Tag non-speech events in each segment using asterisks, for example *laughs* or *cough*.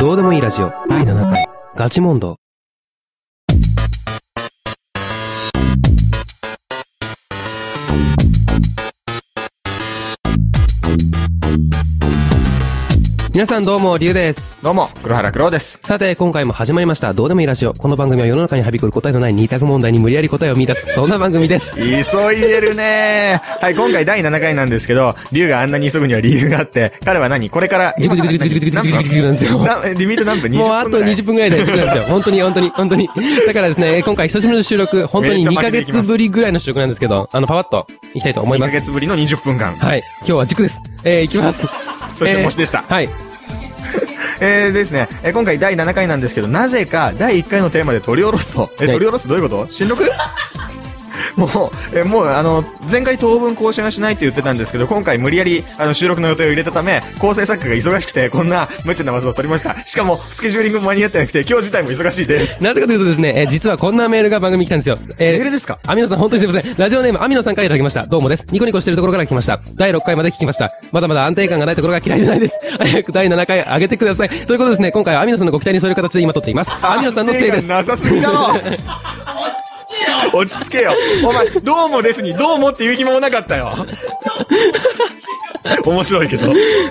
どうでもいいラジオ第7回ガチモンド皆さんどうも、りゅうです。どうも、黒原黒です。さて、今回も始まりました。どうでもいいラジオ。この番組は世の中にはびこる答えのない二択問題に無理やり答えを見出す。そんな番組です。急いでるねはい、今回第7回なんですけど、龍があんなに急ぐには理由があって、彼は何これから、ジクジクジクジクジクジクジクジクなんですよなリミット何分 ?20 も分うあとぐらい20分ぐらいで時間ですよ。本当に、本当に、本当に。だからですね、今回久しぶりの収録、本当に2ヶ月ぶりぐらいの収録なんですけど、あの、パパッといきたいと思いま2ヶす。月ぶりの20分間。はい。今日は塾です。えー、いきます。そして、もしでした。えーはい。えーですね、えー今回第7回なんですけど、なぜか第1回のテーマで取り下ろすと。えー、はい取り下ろすどういうこと新録 *laughs* もう、えーもう、あの、前回当分更新はしないって言ってたんですけど、今回無理やり、あの、収録の予定を入れたため、構成作家が忙しくて、こんな無茶な技を取りました。しかも、スケジューリングも間に合ってなくて、今日自体も忙しいです。なぜかというとですね、えー実はこんなメールが番組に来たんですよ。えメーールですかアミノさん、本当にすいません。ラジオネーム、アミノさんからいただきました。どうもです。ニコニコしてるところから来ました。第6回まで聞きました。まだまだ安定感がないところが嫌いじゃないです。 *laughs* 早く第7回上げてください。ということでですね、今回はアミノさんのご期待に添える形で今撮っています。アミノさんのせいです。なさすぎだろ落ち着けよ。お前、どうもですに、どうもって言う暇もなかったよ。面白いけど。とい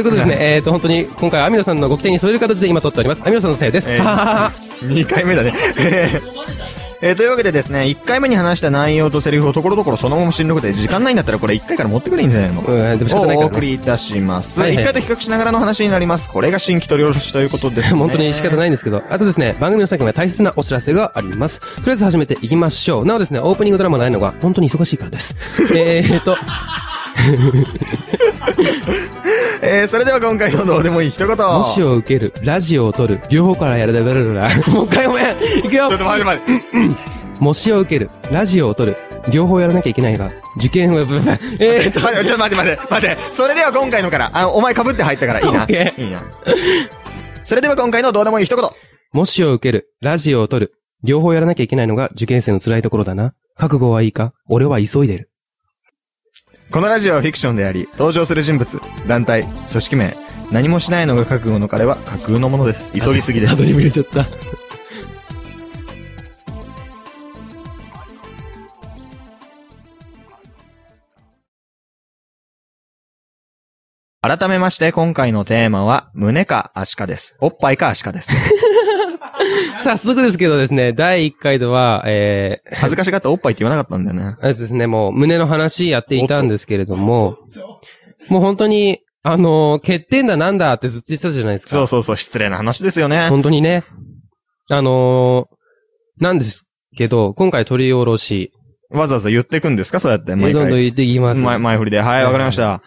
うことでですね、えっと、本当に今回はアミノさんのご期待に添える形で今撮っております。アミノさんのせいです。えはは *laughs* は2回目だね。 *laughs* えーえーというわけでですね、1回目に話した内容とセリフをところどころそのまま新録で、時間ないんだったらこれ1回から持ってくれいいんじゃないのうんでも仕方ないをからおね送りいたします。はいはい1回と比較しながらの話になります。これが新規取り下ろしということです、ね。 *laughs* 本当に仕方ないんですけど、あとですね、番組の最後には大切なお知らせがあります。とりあえず始めていきましょう。なおですね、オープニングドラマないのが本当に忙しいから *laughs* です。えーと、えーそれでは今回のどうでもいい一言。もしを受ける、ラジオを撮る、両方からやるだだだだ *laughs* だ。もう一回ごめん。いくちょっよ。と待って待って。もしを受ける、ラジオを撮る、両方やらなきゃいけないが、受験は、えーと、待って、ちょっと待って待って、待って。それでは今回のから、あ、お前被って入ったから、いいオッ。なケいいな。それでは今回のどうでもいい一言。 *laughs* もしを受ける、ラジオを撮る、両方やらなきゃいけないのが受験生の辛いところだな。覚悟はいいか俺は急いでる。このラジオはフィクションであり、登場する人物、団体、組織名、何もしないのが覚悟の彼は架空のものです。急ぎすぎ *laughs* でアドす *laughs* リ。ブ入れちゃった。改めまして、今回のテーマは、胸か足か *laughs* です。おっぱいか足かです。早速ですけどですね、第1回では、えー、恥ずかしがっておっぱいって言わなかったんだよね。あれですね、もう胸の話やっていたんですけれども、もう本当に、あのー欠点だなんだってずっと言ってたじゃないですか。そうそうそう、失礼な話ですよね。本当にね。あのーなんですけど、今回取り下ろし、わざわざ言ってくんですかそうやって、どん毎どん回。言っていきます。前、前振りで。はい、わかりました。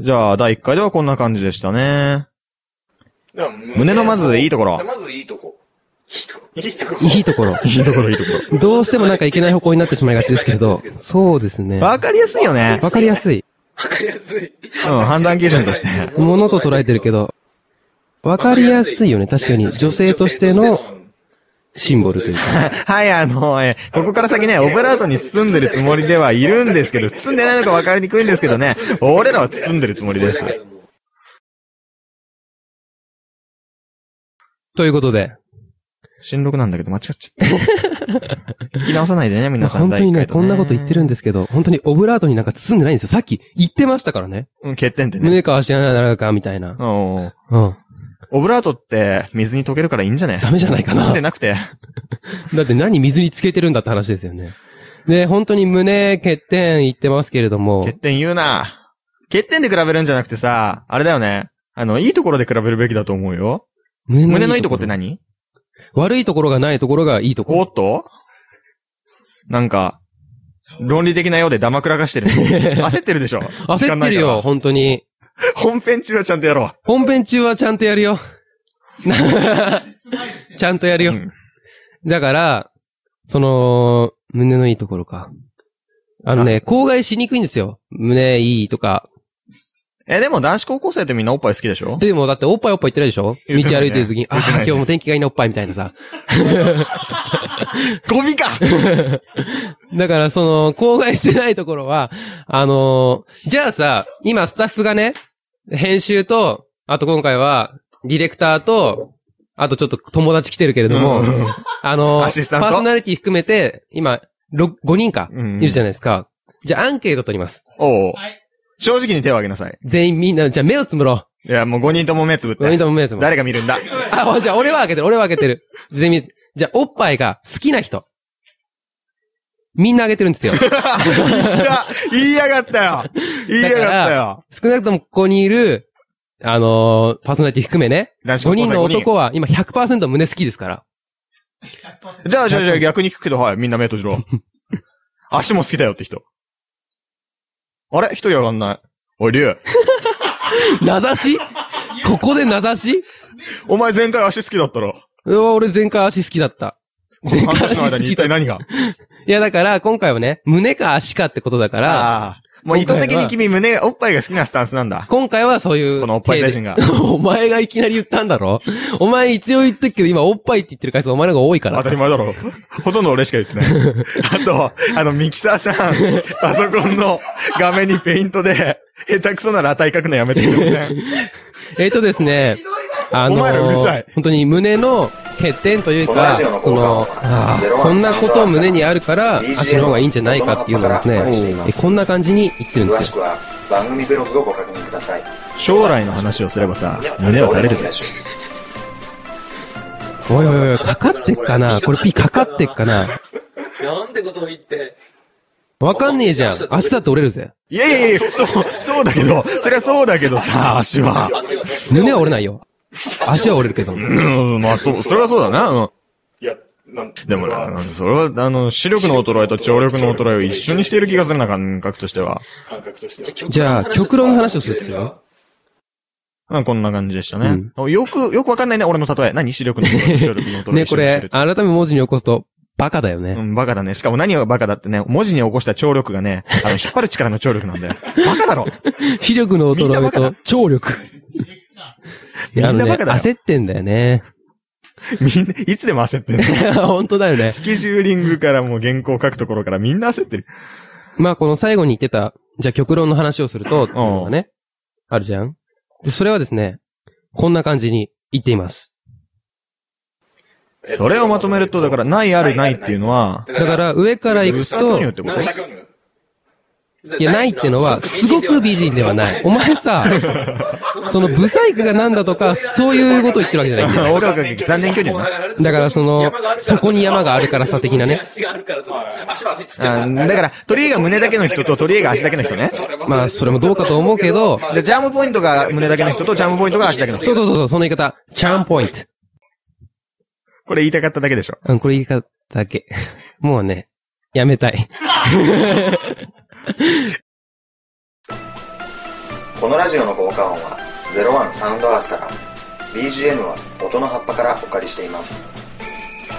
じゃあ、第1回ではこんな感じでしたね。だから胸のまずいいところ。まずいいとこ。いいとこ。いいとこ。いいところ。 *laughs* いいところ、いいとこどうしてもなんかいけない方向になってしまいがちですけど、そうですね。 *laughs* わわかりやすいよね。かりやすい。わかりやすい。うん、判断基準として。 *laughs* ものと捉えてるけど、わかりやすいよね。確かに、女性としてのシンボルというか。 *laughs* はい、あの、えー、ここから先ね、オブラートに包んでるつもりではいるんですけど、包んでないのかわかりにくいんですけどね、俺らは包んでるつもりです。ということで、新録なんだけど間違っちゃった。 *laughs* 聞き直さないでね、皆さん。本当にね、第一回とこんなこと言ってるんですけど、本当にオブラートになんか包んでないんですよ。さっき言ってましたからね。うん、欠点ってね。胸か足がならかみたいなう。んううんん。オブラートって水に溶けるからいいんじゃねダメじゃないか包んなで。なくて。 *laughs* だって何水につけてるんだって話ですよね。で、本当に胸欠点言ってますけれども欠、点言うな。欠点で比べるんじゃなくてさ、あれだよね。あの、いいところで比べるべきだと思うよ。胸胸のいいとこってろ何悪いところがないところがいいとこおろ。っとなんか、論理的なようでダマくらか *laughs* してる。焦ってるでしょ時焦間っなているからよ、本当に。本編中はちゃんとやろ本編中はちゃんとやるよ。 *laughs* ちゃんとやるう。よ。うんだから、その、胸のいいところか。あのね、口外しにくいんですよ。胸いいとか。え、でも男子高校生ってみんなおっぱい好きでしょでもだっておっぱいおっぱい言ってないでしょ道言ってな歩いねいてる時に、ああ言ってないー、ね今日も天気がいいなおっぱいみたいなさ。ゴミかだからその、口外してないところは、あのーじゃあさ、今スタッフがね、編集と、あと今回は、ディレクターと、あとちょっと友達来てるけれども、うんあの、アシスタントパーソナリティ含めて、今、ろ5人か、うんいるじゃないですか。じゃあアンケート取ります。おうはい。正直に手を挙げなさい。全員みんな、じゃあ目をつむろいや、もう5人とも目つぶっう。5人て。とも目をつむろう。誰が見るん *laughs* だあ、おじゃあ俺は開けてる、俺は開けてる。全員、じゃあおっぱいが好きな人。みんなあげてるん *laughs* ですよ。言った言いやがったよ言いやがったよ少なくともここにいる、あのーパーソナリティ含めね、男子5高校生人の5人男は今100%胸好きですから。 100%じゃあ、じゃあ、じゃあ逆に聞くけど、はい、みんな目閉 *laughs* じろ。足も好きだよって人。あれ一人上がんない。おい、竜。名指 *laughs* しここで名指しお前前回足好きだったろ。うわ、俺前回足好きだった。こ前の半回年足の間好にき一だっ体た。い何がや、だから、今回はね、胸か足かってことだから、ああ。もう意図的に君胸、おっぱいが好きなスタンスなんだ。今回はそういう。このおっぱい精神が。 *laughs* お前がいきなり言ったんだろお前一応言っとくけど、今おっぱいって言ってる回数お前の方が多いから。当たり前だろ。ほとんど俺しか言って *laughs* ない。あと、あの、ミキサーさん、パソコンの画面にペイントで、下手くそなら値書くのやめてくれません。えっとですね、あ *laughs* おの前らうるさいー、本当に胸の欠点というこのか、ラそジオの効果のは、あー01こんなことを胸にあるから、 BGM 足の方がいいんじゃないかっていうのをですねの動画からお願いしま、えすこんな感じに言ってるんで詳すしよ。くは番組ブログをご確認ください将来の話をすればさ胸は垂れるぜおいおいおい、かかってっかなこれ P かかってっかななんてことを言って。わかんねえじゃん。足だって折れるぜ。いやいやいや、そう、そうだけど、そりゃそうだけどさ、足は。あ、違う。胸は折れないよ。足は折れるけど。うん、まあ、そう、それはそうだな。うんいやなんでもな、なんそれは、あの、視力の衰えと聴力の衰えを一緒にしている気がするな、感覚としては。感覚としてはじゃあ極論の話をするんですよ。うん、こんな感じでしたね。よく、よくわかんないね、俺の例え。何視力の衰え、聴力の衰ね、こえ。一緒にしてれる、改め文字に起こすと、バカだよねう。ん、バカだね。しかも何がバカだってね、文字に起こした聴力がね、あの、引っ張る力の聴力なんだよ。バカだろ視力のみん衰なえバカだと、聴力。いみんや、あのなね、バカだよ。焦ってんだよね。 *laughs* みんな、いつでも焦ってる。ス本当だよね。ケジューリングからもう原稿書くところからみんな焦ってる。まあ、この最後に言ってた、じゃあ極論の話をすると、っていうのがね、あるじゃんで、それはですね、こんな感じに言っています。それをまとめると、だから、ないあるないっていうのは、だから、上から行く物価巨乳ってと、ことな作業いや、ないってのは、すごく美人ではない。お前 *laughs* さ、その、ブサイクがなんだとか、そういうことを言ってるわけじゃないんだよ。俺が残念距離な。だからそのそこに山があるからさ的なね足があるからさ足は足つっちゃあうだから、鳥居が胸だけの人と鳥居が足だけの人ね。じまあ、それもどうかと思うけど、ゃあ、ジャムポイントが胸だけの人と、ジャムポイントが足だけの人。そうそうそうそう、その言い方、チャームポイント。これ言いたかっただけでしょ。うん、これ言い方だけ。もうね、やめたい。このラジオの効果音は01サウンドアースから BGM は音の葉っぱからお借りしています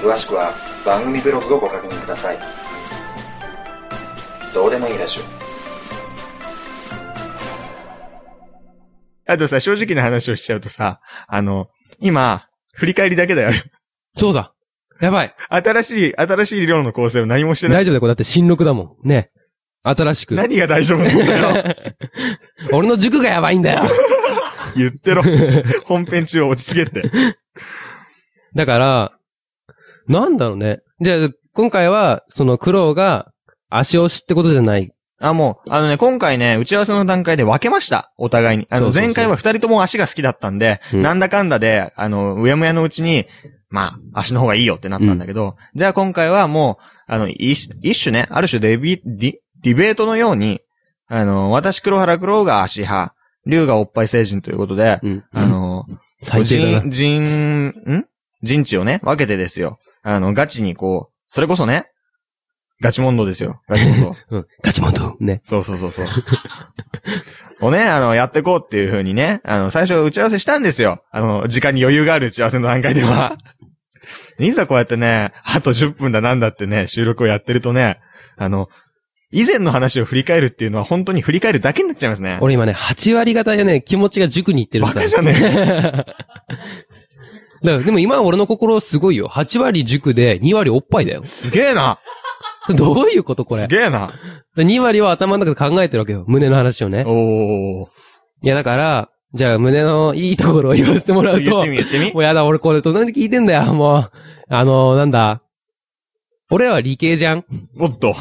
詳しくは番組ブログをご確認くださいどうでもいいラジオあとさ、正直な話をしちゃうとさ、あの、今、振り返りだけだよ。 *laughs* そうだ。やばい。新しい、新しい量の構成を何もしてない。大丈夫だよ、これだって新録だもん。ね。新しく。何が大丈夫なんだ *laughs* よ。俺の塾がやばいんだよ。 *laughs* 言って *laughs* ろ。本編中は落ち着けって。だから、なんだろうね。じゃあ、今回は、その苦労が足押しってことじゃない。あ、もう、あのね、今回ね、打ち合わせの段階で分けました。お互いに。あその、うそうそう前回は二人とも足が好きだったんで、うんなんだかんだで、あの、うやむやのうちに、まあ、足の方がいいよってなったんだけど、じゃあ今回はもう、あの、一一種ね、ある種デビ、ディ、ディベートのように、あの、私黒原黒が足派、龍がおっぱい成人ということで、うん。あの、最低だな。人、人、ん人知をね、分けてですよ。あの、ガチにこう、それこそね、ガチモンドですよ。ガチ *laughs* モンド。うん。ガチモンと。ね。そうそうそうそう。をね、あの、やってこうっていう風にね、あの、最初打ち合わせしたんですよ。あの、時間に余裕がある打ち合わせの段階では。いざこうやってね、あと10分だなんだってね、収録をやってるとね、あの、以前の話を振り返るっていうのは本当に振り返るだけになっちゃいますね。俺今ね、8割方でね、気持ちが塾に行ってるバんだカじゃねえ。だからでも今は俺の心すごいよ。8割塾で2割おっぱいだよ。 *laughs* すげえな。どういうことこすれ。げえな。 2割は頭の中で考えてるわけよ。胸の話をね。おー。いやだから、じゃあ、胸のいいところを言わせてもらう言っとて、み、言ってみ *laughs* も。うやだ、俺これ、となんで聞いてんだよ、もう。あの、なんだ。俺らは理系じゃんおっと。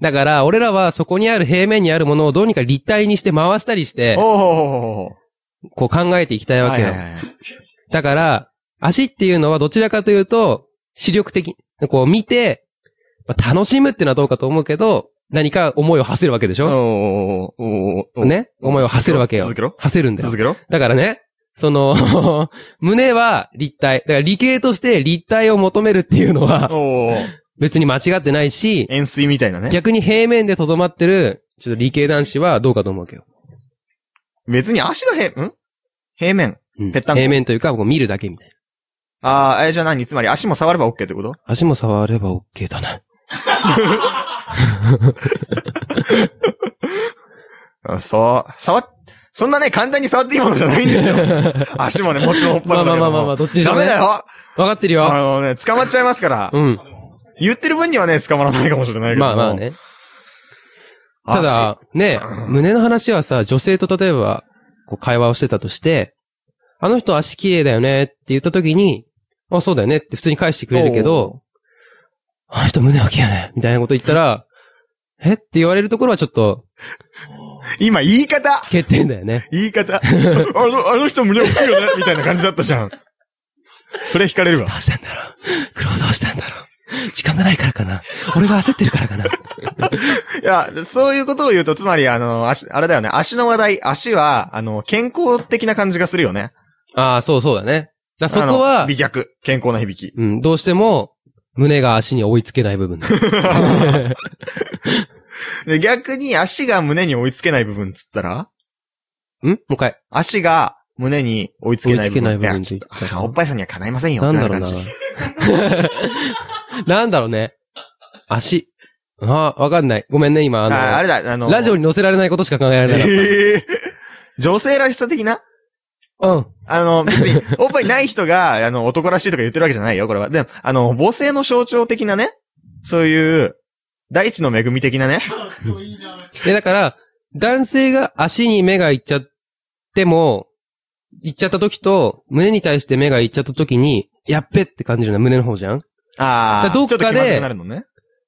だから、俺らはそこにある平面にあるものをどうにか立体にして回したりして、おおこう考えていきたいわはけいよ。はいはい。だから、足っていうのはどちらかというと、視力的、こう見て、まあ楽しむっていうのはどうかと思うけど、何か思いを馳せるわけでしおーょおーおーおーね思いを馳せるわけよ続。けろ馳せるんだよ続。けろだからね、その、 *laughs* 胸は立体。だから理系として立体を求めるっていうのはおお別に間違ってないし、円錐みたいなね。逆に平面でとどまってる、ちょっと理系男子はどうかと思うわけど。別に足が平、ん平面。うんぺったんこ平面というか、こう見るだけみたいな。ああ、え、じゃあ何つまり足も触れば OK ってこと足も触れば OK だな。あそう。触っ、そんなね、簡単に触っていいものじゃないんで *laughs* すよ。足もね、もちろんおっまぱあまあいだけまあどまあまもあ、。どっちにしダろねメだよわかってるよ。あのね、捕まっちゃいますから。うん。言ってる分にはね、捕まらないかもしれないけど。まあまあ。ね。足た、だ、ね、胸の話はさ、女性と例えば、こう会話をしてたとして、あの人足綺麗だよねって言った時に、あ、そうだよねって普通に返してくれるけど、あの人胸大きいよねみたいなこと言ったら、えって言われるところはちょっと今、言い方欠点だよね。言 *laughs* い方あの、あの人胸大きいよねみたいな感じだったじゃん。それ惹かれるわど。うしたんだろう苦労どうしたんだろう時間がないからかな俺が焦ってるからかないや、そういうことを言うと、つまり、あの、足、あれだよね、足の話題、足は、あの、健康的な感じがするよね。 *laughs* ああ、そうそうだね。だからそこあはの、美脚、健康な響き。うん、どうしても、胸が足に追いつけない部分 *laughs* だ。で、逆に足が胸に追いつけない部分っつったらんもう一回。足が胸に追いつけな追い部分。いつけない部分やって言ったらちょっとおっぱいさんには叶いませんよ。なんだろうなみたい感じ。なんだ *laughs* ろうね。足。ああ、わかんない。ごめんね、今、あの、ああれだ、あの、ラジオに載せられないことしか考えられない。えー *laughs* 女性らしさ的な *laughs* うん。あの、別 *laughs* に、おっぱいない人が、あの、男らしいとか言ってるわけじゃないよ、これは。でも、あの、母性の象徴的なね、そういう、大地の恵み的なね。で、だから、男性が足に目がいっちゃっても、いっちゃった時と、胸に対して目がいっちゃった時に、やっべって感じるのは胸の方じゃんだああ、からどっかでちょっと気まずくなるのね。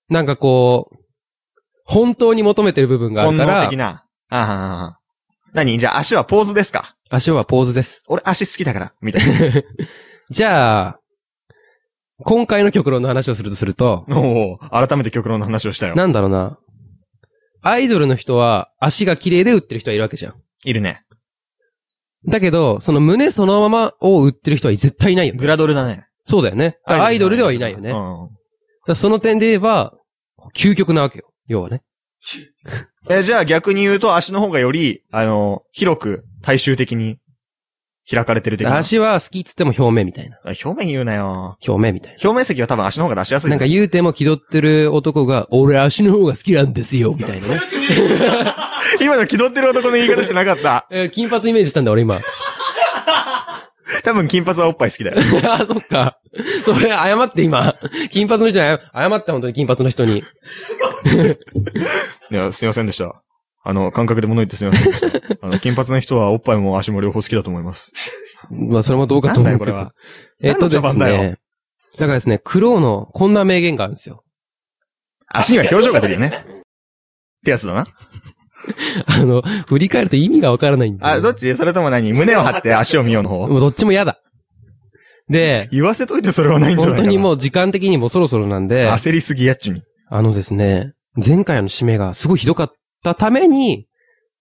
なんかこう、本当に求めてる部分があ本るか能ら的、な。ああああ、何じゃあ足はポーズですか足はポーズです。俺足好きだから、みたい *laughs* じゃあ、今回の極論の話をするとすると、な。おお改めて極論の話をしたよ。なんだろうな。アイドルの人は足が綺麗で売ってる人はいるわけじゃん。いるね。だけど、その胸そのままを売ってる人は絶対いないよね。グラドルだね。そうだよね。だからアイドルではいないよね。うだかん。らその点で言えば、究極なわけよ。要はね。え、じゃあ逆に言うと足の方がより、あの、広く、大衆的に、開かれてる的な。足は好きっつっても表面みたいな。あ表面言うなよ。表面みたい表面積は多分足の方が出しやすな。ない。んか言うても気取ってる男が、俺足の方が好きなんですよ、みたいな *laughs* ね。 *laughs* 今の気取ってる男の言い方じゃなかった。えー金髪イメージしたんだ俺今。 *laughs* 多分金髪はおっぱい好 *laughs* きだよ。あ、そっか。それ、謝って今。 *laughs* 金髪の人に謝、謝って本当に金髪の人に。いや、すいませんでした。あの、感覚で物言ってすいませんで *laughs* した。あの、金髪の人はおっぱいも足も両方好きだと思います。まあ、それもどうかと思うけど。なんだよえっとで何のす茶番だね。だからですね、クロウのこんな名言があるんですよ。足には表情が出るよね。ってやつだな。あの、振り返ると意味がわからないんですよ。あ、どっちそれとも何胸を張って足を見ようの方もうどっちも嫌だ。で、言わせといてそれはないんじ本ゃないか当な。にもう時間的にもそろそろなんで、焦りすぎやっちゅに。あのですね、前回の締めがすごいひどかったために、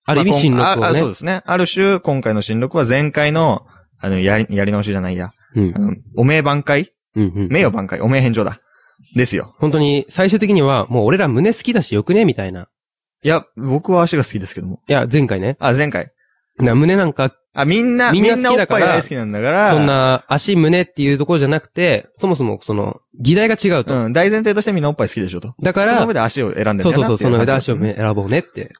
ある意味新まあ録こんをああそうね。ですね。ある種、今回の新録は前回の、あの、やり、やり直しじゃないや。うんあ。の、お名挽回うんうん。名誉挽回お名返上だ。ですよ。本当に最終的にはもう俺ら胸好きだしよくねみたいな。いや、僕は足が好きですけども。いや、前回ね。あ、前回。な胸なんかあ、みんな、みみんんなな好きおだっかぱいら大好きなんだから、そんな足胸っていうところじゃなくて、そもそもその、議題が違うと。うん、大前提としてみんなおっぱい好きでしょと。だかそのら上、で足を選んでるんだそようなそうそう、っていその上で足を話だよね選ぼうねって。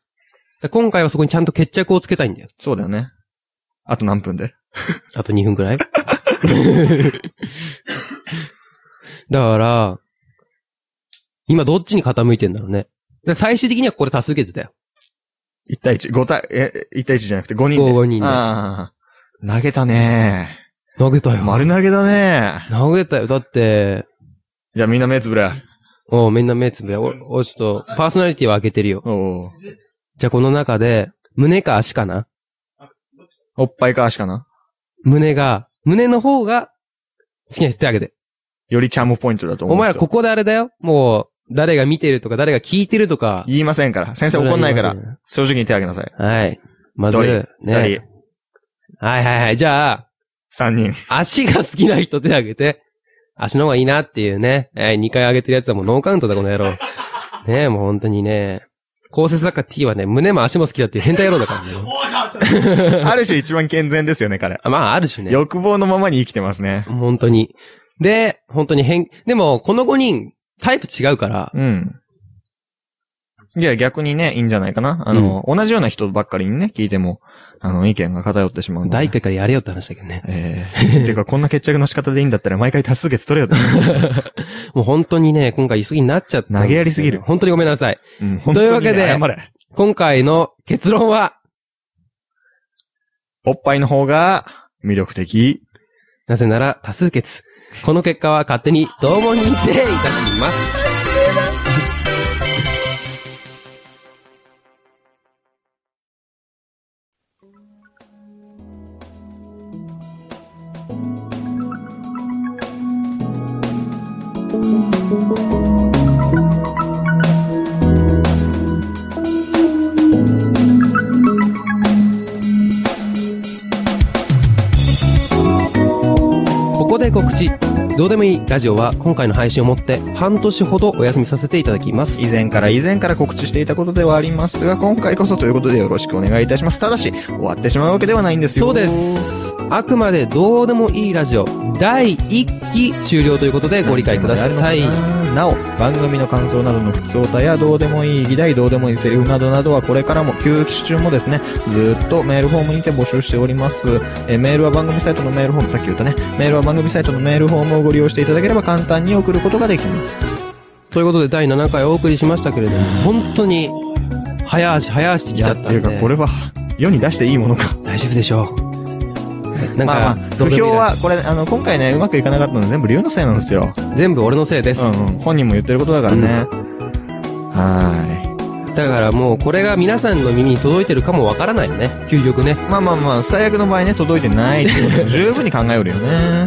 だ今回はそこにちゃんと決着をつけたいんだよ。そうだよね。あと何分であと2分く *laughs* らいだから、今どっちに傾いてんだろうね。だから最終的にはこれ多数決だよ。 1対1、5対、え、1対1じゃなくて5人で。 5人でああ。投げたね投げたよ。丸投げだね投げたよ。だって、じゃあみんな目つぶれ。おうみんな目つぶれ。お、お、ちょっと、パーソナリティは開けてるよ。おうじゃあこの中で、胸か足かなおっぱいか足かな胸が、胸の方が、好きな人手挙げて。よりチャームポイントだと思う。お前らここ。こであれだよ。もう、誰が見てるとか、誰が聞いてるとか。言いませんから。先生怒んないから。正直に手挙げなさい。はい。まず、一人、二ね。人、はいはいはい。じゃあ、三 *laughs* 人。足が好きな人手挙げて。足の方がいいなっていうね。えー、2回上げてるやつはもうノーカウントだ、この *laughs* 野郎。ねえ、もう本当にね。構成作家 T はね、胸も足も好きだっていう変態野郎だからね。ある種一番健全ですよね、彼。あまあ、ある種ね。欲望のままに生きてますね。本当に。で、本当に変、でも、この5人、タイプ違うから、うん。いや、逆にね、いいんじゃないかな。あの、同じような人ばっかりにね、聞いても、あの、意見が偏ってしまうので。第1回からやれよって話だけどね。ええ *laughs* てか、こんな決着の仕方でいいんだったら、毎回多数決取 *laughs* れよって。もう本当にね、今回急ぎになっちゃったんですよ。投げやりすぎる本当にごめんなさい。うん、本と当いに、うね、わけで謝れ。今回の結論は、おっぱいの方が、魅力的。なぜなら多数決。この結果は勝手に同門認定いたします。ここで告知。どうでもいいラジオは今回の配信をもって半年ほどお休みさせていただきます。以前から以前から告知していたことではありますが、今回こそということでよろしくお願いいたします。ただし、終わってしまうわけではないんですよ。そうで。す。あくまでどうでもいいラジオ第1期終了ということでご理解ください。なお、番組の感想などの普通歌やどうでもいい議題、どうでもいいセリフなどなどはこれからも休期中もですね、ずーっとメールフォームにて募集しております。えーメールは番組サイトのメールフォーム、さっき言ったね、メールは番組サイトのメールフォームをご利用していただければ簡単に送ることができます。ということで第7回お送りしましたけれども、本当に早足早足ってきちゃったんで。は、世に出していいものか。大丈夫でしょう。なんか、まあまあ、ど不うでもい評いラは、これ、あの、今回ね、うまくいかなかったのは全部龍のせいなんですよ。ジオ全部俺のせいです。うんうん。本人も言ってることだからね。はーい。だからもうこれが皆さんの耳に届いてるかもわからないよね。究極ね。まあまあまあ、最悪の場合ね、届いてないって *laughs* ことも十分に考えうるよね。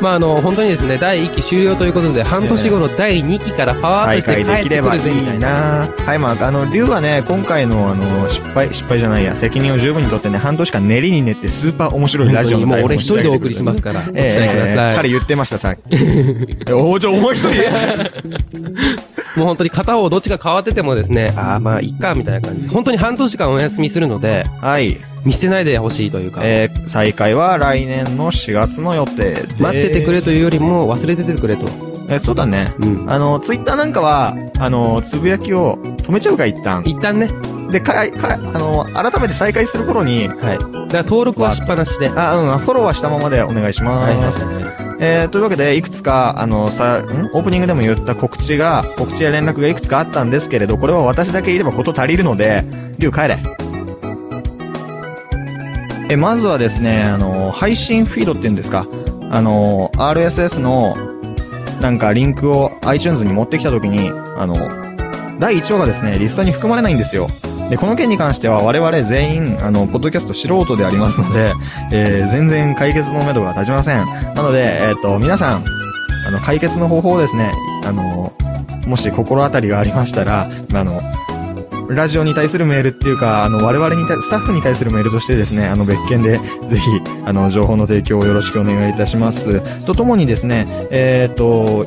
まああの、本当にですね、第1期終了ということで、半年後の第2期からパワーアップ再して開帰でってきれくばるぜ、みたいいいな。な。はい、まあ、あの、竜はね、今回の、あの、失敗、失敗じゃないや、責任を十分にとってね、半年間練りに練ってスーパー面白い本ラ当ジオにのもう台俺本を一人でお送りしますすから、ご期え待くだえさ彼い。言ってました、さっき。 *laughs* えおーちょ、もう一人もう本当に片方どっちが変わっててもですね、ああまあいっか、みたいな感じ。本当に半年間お休みするので、はい。見捨てないでほしいというか、えー、再開は来年の4月の予定です。待っててくれというよりも忘れててくれと。え、そうだね。うん。あの、ツイッターなんかは、あの、つぶやきを止めちゃうか、一旦。一旦ね、で、か、か、あの、改めて再開する頃はに、い。だから登録はしっぱなしで。はあ、うん、フォローはしたままでお願いしいはまいす。はえー、というわけで、いくつか、あの、さ、んオープニングでも言った告知が、告知や連絡がいくつかあったんですけれど、これは私だけいればこと足りるので、リュウ帰れ。え、まずはですね、あの、配信フィードっていうんですか、あの、RSS の、なんかリンクを iTunes に持ってきたときに、あの、第1話がですね、リストに含まれないんですよ。で、この件に関しては我々全員、あの、ポッドキャスト素人でありますので、えー全然解決のめどが立ちません。なので、えっ、と、皆さん、あの、解決の方法をですね、あの、もし心当たりがありましたら、あの、ラジオに対するメールっていうか、あの、我々に対、スタッフに対するメールとしてですね、あの、別件で、ぜひ、あの、情報の提供をよろしくお願いいたします。とともにですね、えっ、と、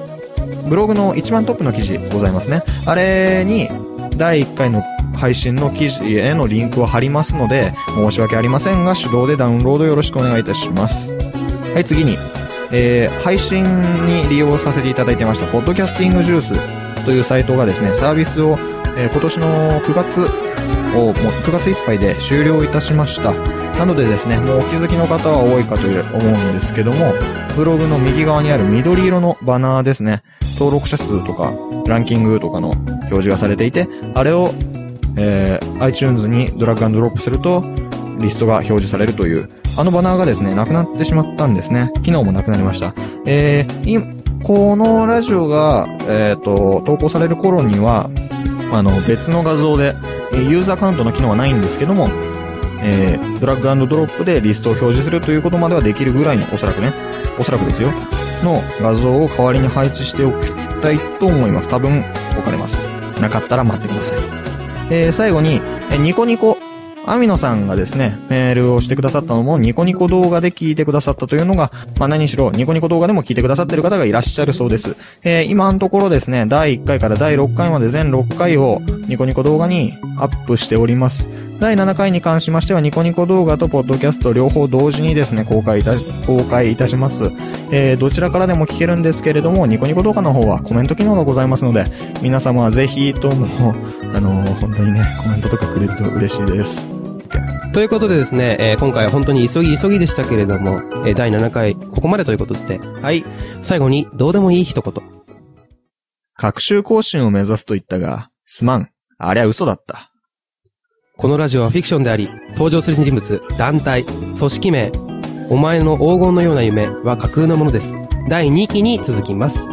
ブログの一番トップの記事ございますね。あれに、第1回の配信の記事へのリンクを貼りますので、申し訳ありませんが、手動でダウンロードよろしくお願いいたします。はい、次に、えー配信に利用させていただいてました、ポッドキャスティングジュースというサイトがですね、サービスを、えー今年の9月を、もう9月いっぱいで終了いたしました。なのでですね、もうお気づきの方は多いかという思うんですけども、ブログの右側にある緑色のバナーですね、登録者数とか、ランキングとかの表示がされていて、あれをえー iTunes にドラッグドロップすると、リストが表示されるという、あのバナーがですね、なくなってしまったんですね。機能もなくなりました。えーいこのラジオが、えっ、と、投稿される頃には、あの、別の画像で、えーユーザーアカウントの機能はないんですけども、えードラッグドロップでリストを表示するということまではできるぐらいの、おそらくね、おそらくですよ、の画像を代わりに配置しておきたいと思います。多分、置かれます。なかったら待ってください。えー最後に、えーニコニコ、アミノさんがですね、メールをしてくださったのも、ニコニコ動画で聞いてくださったというのが、まあ何しろ、ニコニコ動画でも聞いてくださってる方がいらっしゃるそうです。えー今のところですね、第1回から第6回まで全6回をニコニコ動画にアップしております。第7回に関しましては、ニコニコ動画とポッドキャスト両方同時にですね、公開いた、公開いたします。えーどちらからでも聞けるんですけれども、ニコニコ動画の方はコメント機能がございますので、皆様はぜひとも、あのー本当にね、コメントとかくれると嬉しいです。ということでですね、えー今回は本当に急ぎ急ぎでしたけれども、えー第7回、ここまでということで、はい。最後にどうでもいい一言。各週更新を目指すと言ったが、すまん。ありゃ嘘だった。このラジオはフィクションであり、登場する人物、団体、組織名、お前の黄金のような夢は架空のものです。第2期に続きます。